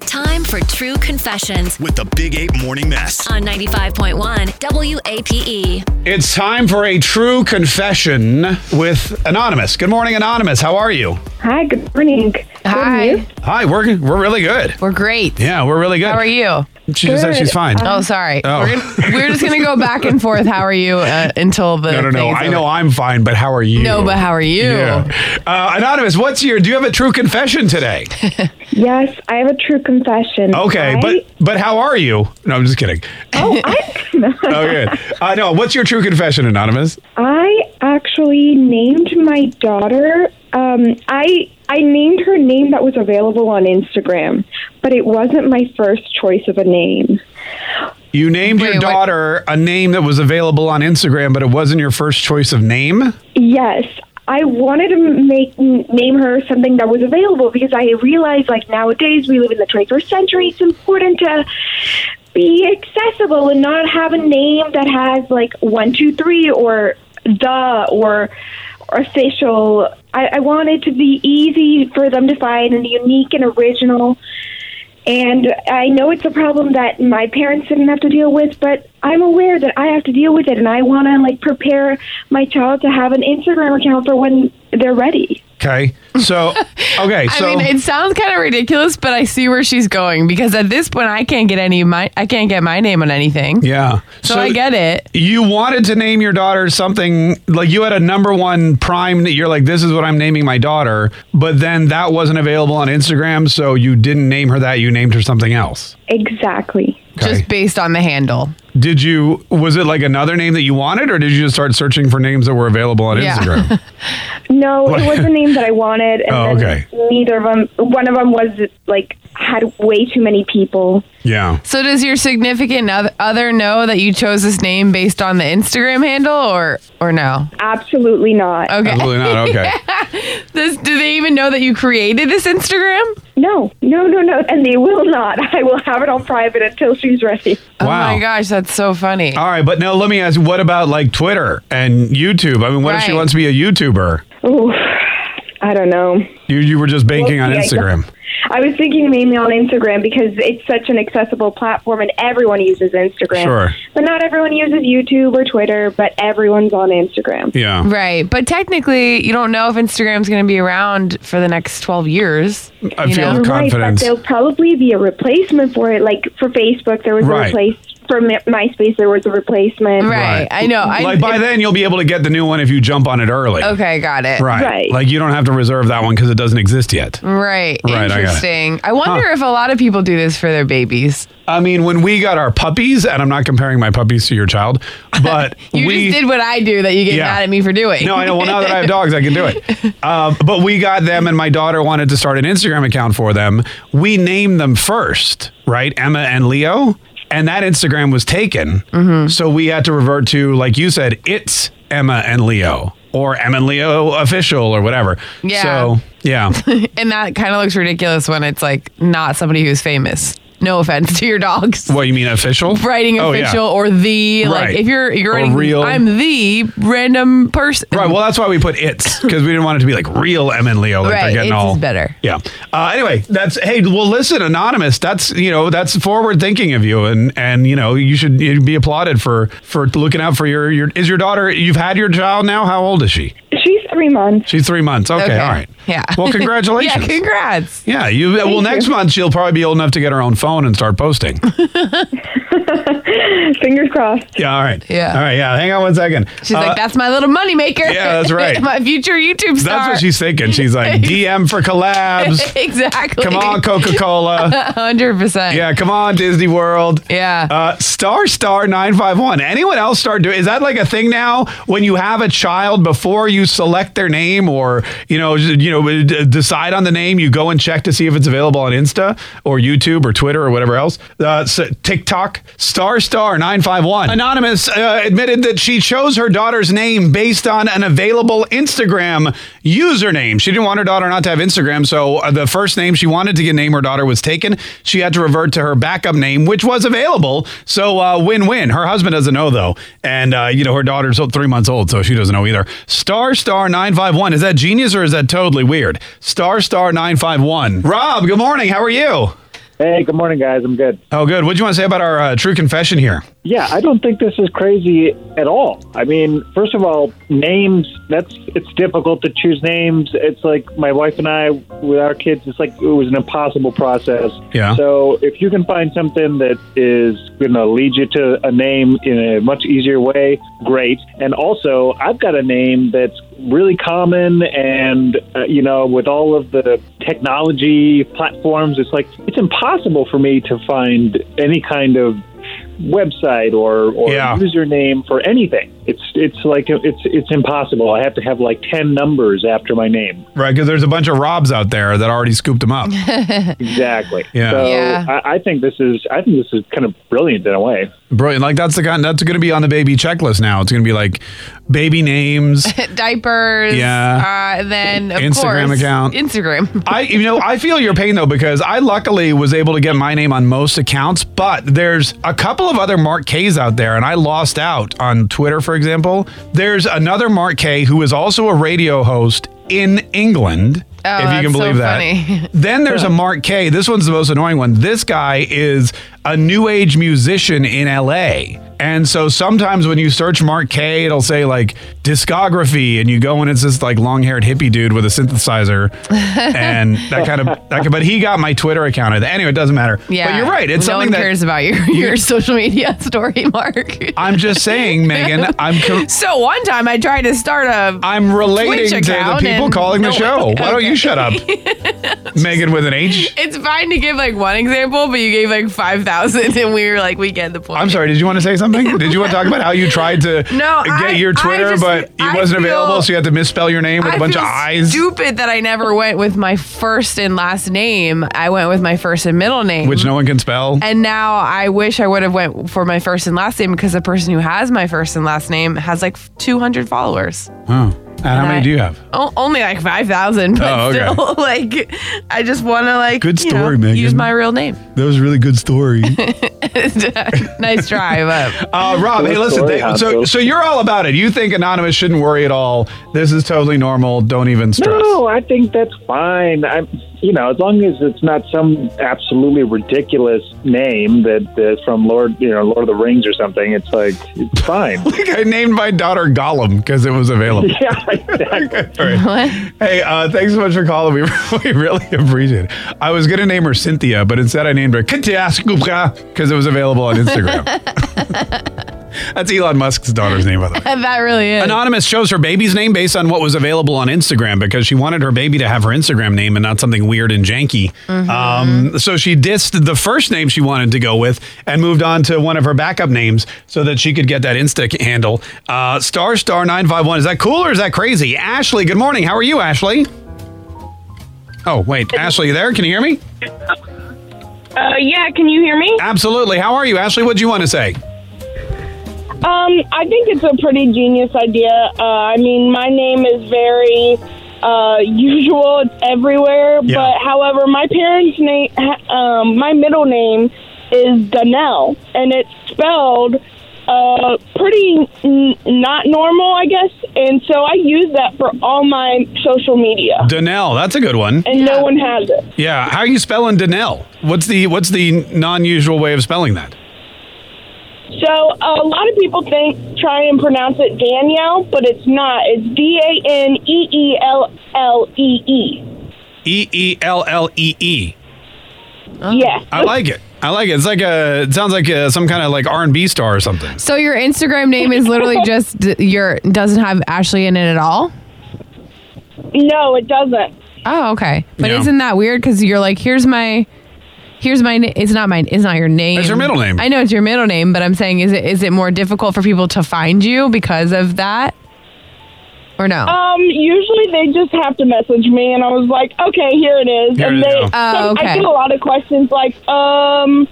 Time for True Confessions with the Big 8 Morning Mess. on 95.1 WAPE. It's time for a true confession with Anonymous. Good morning, Anonymous. How are you? Hi, good morning. Good news. Hi. Hi, we're we're really good. We're great. Yeah, we're really good. How are you? She just said Good. she's fine. Oh, sorry. Oh. We're, gonna, we're just going to go back and forth. How are you uh, until the. no, no, no. thing's I over. know I'm fine, but how are you? No, but how are you? Yeah. Uh, Anonymous, what's your? Do you have a true confession today? Yes, I have a true confession. Okay, I, but but how are you? No, I'm just kidding. oh, I, Oh, good. Uh, no, what's your true confession, Anonymous? I actually named my daughter. Um, I I named her name that was available on Instagram, but it wasn't my first choice of a name. You named Wait, your what- daughter a name that was available on Instagram, but it wasn't your first choice of name. Yes, I wanted to make n- name her something that was available because I realized like nowadays we live in the 21st century. It's important to be accessible and not have a name that has like one, two, three, or the or official. I, I want it to be easy for them to find and unique and original. And I know it's a problem that my parents didn't have to deal with, but I'm aware that I have to deal with it, and I want to like prepare my child to have an Instagram account for when they're ready. Okay, so okay, I so mean, it sounds kind of ridiculous, but I see where she's going because at this point, I can't get any of my I can't get my name on anything. yeah. So, I get it. You wanted to name your daughter something like you had a number one prime that you're like, this is what I'm naming my daughter, but then that wasn't available on Instagram, so you didn't name her that. You named her something else. Exactly. Okay. Just based on the handle. Did you? Was it like another name that you wanted, or did you just start searching for names that were available on Yeah. Instagram? No, it was a name that I wanted, and Oh, then okay. neither of them. One of them was like had way too many people. yeah. So does your significant oth- other know that you chose this name based on the Instagram handle or or no? Absolutely not. Okay. Absolutely not. Okay. This, do they even know that you created this Instagram? No, no, no, no, and they will not. I will have it on private until she's ready. Oh Wow. Oh, my gosh, that's so funny. All right, but now let me ask: What about like Twitter and YouTube? I mean, what if she Right. wants to be a YouTuber? Ooh, I don't know. You you were just banking on yeah, yeah. Instagram. I was thinking mainly on Instagram because it's such an accessible platform and everyone uses Instagram. Sure. But not everyone uses YouTube or Twitter, but everyone's on Instagram. Yeah. Right. But technically, you don't know if Instagram's going to be around for the next 12 years. I you feel You're know? Right, but confidence. there'll probably be a replacement for it. Like for Facebook, there was Right. a replacement. For Mi- MySpace, there was a replacement. Right. I know. I, like by then, you'll be able to get the new one if you jump on it early. okay, got it. Right. Right. Like you don't have to reserve that one because it doesn't exist yet. Right. Right, I got it. Interesting. I, wonder Huh. if a lot of people do this for their babies. I mean, when we got our puppies, and I'm not comparing my puppies to your child, but You we just did what I do that you get Yeah. mad at me for doing. No, I know. Well, now that I have dogs, I can do it. Um, but we got them, and my daughter wanted to start an Instagram account for them. We named them first, right? Emma and Leo. And that Instagram was taken. Mm-hmm. So we had to revert to, like you said, it's Emma and Leo or Emma and Leo official or whatever. Yeah. So, yeah. and that kind of looks ridiculous when it's like not somebody who's famous. No offense to your dogs. what, you mean official? Writing Oh, yeah. official or the Right. like if you're you're Or writing real. I'm the random person. Right. Well, that's why we put it's because we didn't want it to be like real Em and Leo. Like they're Right, getting it's all is better. Yeah. Uh, anyway, that's hey. Well, listen, anonymous. That's you know that's forward thinking of you, and and you know you should you'd be applauded for for looking out for your your. Is your daughter? You've had your child now. How old is she? She's three months. She's three months. Okay. All right. Yeah. Well, congratulations. yeah, congrats. Yeah, you. well, next month she'll probably be old enough to get her own phone and start posting. Fingers crossed. Yeah, all right. Yeah. All right, yeah. Hang on one second. She's Uh, like, that's my little moneymaker. yeah, that's right. my future YouTube star. that's what she's thinking. She's like, DM for collabs. exactly. Come on, Coca Cola. 100%. Yeah, come on, Disney World. Yeah. Uh, star star nine five one. Anyone else start doing? Is that like a thing now? When you have a child, before you select their name or you know you know d- decide on the name, you go and check to see if it's available on Insta or YouTube or Twitter or whatever else. Uh, s- TikTok star star nine five one. Anonymous uh, admitted that she chose her daughter's name based on an available Instagram username. She didn't want her daughter not to have Instagram, so uh, the first name she wanted to get name her daughter was taken. She had to revert to her backup name, which was available. So uh, win-win. Her husband doesn't know though, and uh, you know her daughter's three months old, so she doesn't know either. Star star nine five one. Is that genius or is that totally weird? Star star nine five one. Rob, good morning. How are you? Hey, good morning, guys. I'm good. Oh, good. What do you want to say about our uh, true confession here? Yeah, I don't think this is crazy at all. I mean, first of all, names, that's it's difficult to choose names. It's like my wife and I with our kids, it's like it was an impossible process. Yeah. So, if you can find something that is going to lead you to a name in a much easier way, great. And also, I've got a name that's really common and uh, you know with all of the technology platforms it's like it's impossible for me to find any kind of website or, or Yeah. username for anything. It's it's like it's it's impossible. I have to have like ten numbers after my name. Right, because there's a bunch of Robs out there that already scooped them up. Exactly. Yeah. So Yeah. I, I think this is I think this is kind of brilliant in a way. Brilliant. Like that's the kind that's going to be on the baby checklist now. It's going to be like baby names. Diapers. Yeah. Uh, then, of Instagram course, account. Instagram. I you know I feel your pain though because I luckily was able to get my name on most accounts, but there's a couple of other Mark K's out there, and I lost out on Twitter, for example. There's another Mark K who is also a radio host in England. Oh, if you can that's so believe that. funny. Then there's a Mark K. This one's the most annoying one. This guy is a new age musician in LA. And so sometimes when you search Mark K, it'll say like discography, and you go and it's this like long haired hippie dude with a synthesizer, and that kind of that. kind- But he got my Twitter account. Anyway, it doesn't matter. Yeah. but you're right. It's no something one that cares about your, your social media story, Mark. I'm just saying, Megan. I'm co- so one time I tried to start a. I'm Twitch relating to the account people and- calling the no, show. Why don't you okay. shut up, Megan with an H? it's fine to give like one example, but you gave like 5,000 and we were like, we get the point. I'm sorry. Did you want to say something? Did you want to talk about how you tried to No, get I- your I Twitter, just- but it I wasn't feel- available, so you had to misspell your name with a bunch feel of I's, Stupid that I never went with my first and last name. I went with my first and middle name. which no one can spell. and now I wish I would have went for my first and last name because the person who has my first and last name has like 200 followers. oh. And how I- many do you have? O- only like 5,000, but Oh, okay. still like I just want to like Good you story, know, Megan. use my real name. That was a really good story. nice try, but Uh, Rob, hey, Cool listen. story, they- so, Hansel. so you're all about it. You think anonymous shouldn't worry at all. This is totally normal. Don't even stress. No, I think that's fine. I you know, as long as it's not some absolutely ridiculous name that uh, from Lord you know Lord of the Rings or something. It's like it's fine. I named my daughter Gollum because it was available. yeah, exactly. All right. Hey, uh, thanks so much for calling. We, we really appreciate it. I was going to name her Cynthia, but instead I named her Katya because it was available on Instagram. That's Elon Musk's daughter's name, by the way. that really is. Anonymous chose her baby's name based on what was available on Instagram because she wanted her baby to have her Instagram name and not something weird and janky. Um, so she dissed the first name she wanted to go with and moved on to one of her backup names so that she could get that Insta handle. Uh, star star nine five one. Is that cool or is that crazy? Ashley, good morning. How are you, Ashley? Oh wait, Ashley, you there? Can you hear me? Uh, yeah, can you hear me? Absolutely. How are you, Ashley? What do you want to say? Um, I think it's a pretty genius idea. Uh, I mean, my name is very uh, usual; it's everywhere. Yeah. But however, my parents' name, um, my middle name is Donnell, and it's spelled uh, pretty n- not normal, I guess. And so I use that for all my social media, Danelle, that's a good one. and no one has it. Yeah, how are you spelling Danelle? What's the what's the non-usual way of spelling that? So a lot of people think try and pronounce it Danielle, but it's not. It's D A N E E L L E E. E E L L E E. Oh. Yes. I like it. I like it. It's like a. It sounds like a, some kind of like R and B star or something. So your Instagram name is literally just d- your doesn't have Ashley in it at all. No, it doesn't. Oh, okay. But Yeah. isn't that weird? Because you're like, here's my, here's my. na- It's not mine. It's not your name. It's your middle name. I know it's your middle name, but I'm saying, is it is it more difficult for people to find you because of that, or no? Um, usually they just have to message me, and I was like, okay, here it is. Here and you they, go. Oh, I okay. get a lot of questions like, um,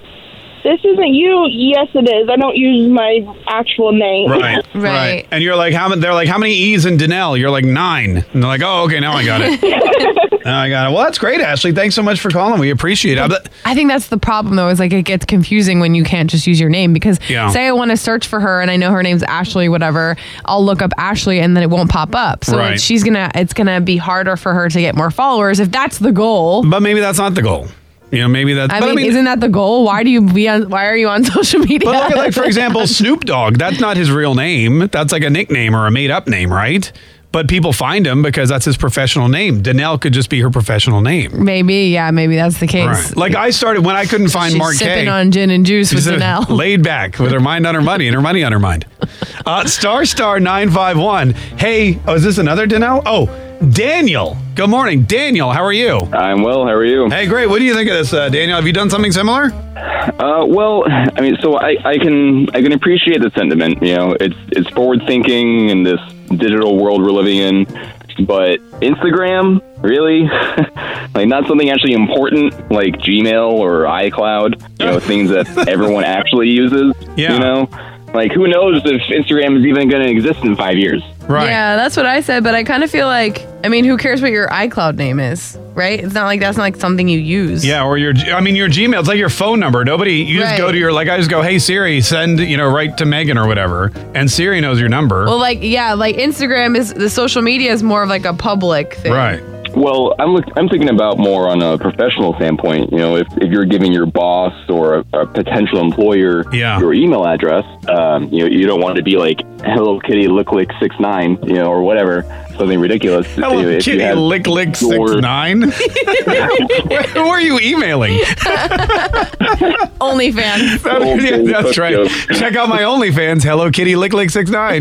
this isn't you. Yes, it is. I don't use my actual name. Right, right. Right. And you're like, how? ma- They're like, how many E's in Danelle? You're like nine. And they're like, oh, okay, now I got it. now I got it. Well, that's great, Ashley. Thanks so much for calling. We appreciate it. I bet- I think that's the problem though, is like it gets confusing when you can't just use your name because Yeah. say I want to search for her and I know her name's Ashley, whatever, I'll look up Ashley and then it won't pop up. So Right. she's gonna it's gonna be harder for her to get more followers if that's the goal. But maybe that's not the goal. You know, maybe that's. I but mean, isn't that the goal? Why do you be on why are you on social media? But look at like, for example, Snoop Dogg. That's not his real name. That's like a nickname or a made up name, right? But people find him because that's his professional name. Danelle could just be her professional name. maybe, yeah, maybe that's the case. Right. Like I started when I couldn't find She's Mark sipping K. on gin and juice with She's a- Danelle. Laid back with her mind on her money and her money on her mind. Uh, star star 951. Hey, oh, is this another Danelle? Oh, Daniel. Good morning. Daniel, how are you? I'm well. How are you? Hey, great. What do you think of this, uh, Daniel? Have you done something similar? Uh, well, I mean, so I, I can I can appreciate the sentiment. You know, it's it's forward thinking in this digital world we're living in. But Instagram, really, like not something actually important like Gmail or iCloud. You know, things that everyone actually uses. Yeah. You know, like who knows if Instagram is even going to exist in five years? Right. Yeah, that's what I said, but I kind of feel like I mean, who cares what your iCloud name is, right? It's not like that's not like something you use. Yeah, or your I mean your Gmail, it's like your phone number. Nobody you just Right. go to your like I just go, "Hey Siri, send, you know, right to Megan or whatever." And Siri knows your number. Well, like yeah, like Instagram is the social media is more of like a public thing. right. Well, I'm look, I'm thinking about more on a professional standpoint. You know, if, if you're giving your boss or a, a potential employer Yeah. your email address, um, you know, you don't want to be like Hello Kitty Look Lick six nine, you know, or whatever, something ridiculous. Hello You know, if you Kitty have Lick Lick your- 69. Who are you emailing? OnlyFans. That- yeah, old that's fuck right. joke. Check out my OnlyFans, Hello Kitty Lick Lick 69.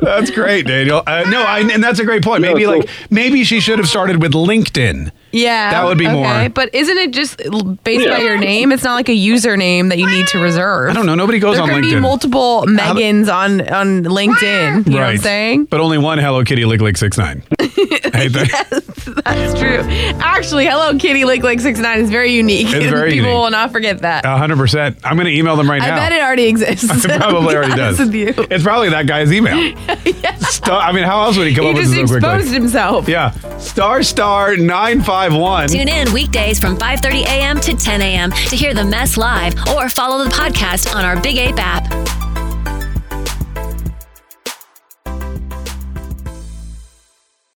that's great, Daniel. Uh, no, I, and that's a great point. Maybe so- like maybe she should have started with LinkedIn. Yeah, That would be okay. more. But isn't it just l- based by your name? It's not like a username that you need to reserve. I don't know. Nobody goes There on could LinkedIn. be multiple Megans on on LinkedIn. You know what I'm saying? But only one Hello Kitty Lick Lick 69. hey, That's true. Actually, Hello Kitty Lick Lick 69 is very unique. It's very People unique. will not forget that. hundred percent. I'm gonna email them right I now. bet it already exists. It probably I'll be already does. honest With you. It's probably that guy's email. Stu- I mean, how else would he come He up with just this so exposed quickly? himself. Yeah, star star nine five one. Tune in weekdays from 5:30 a.m. to 10 a.m. to hear the mess live or follow the podcast on our Big Ape app.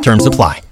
Terms apply.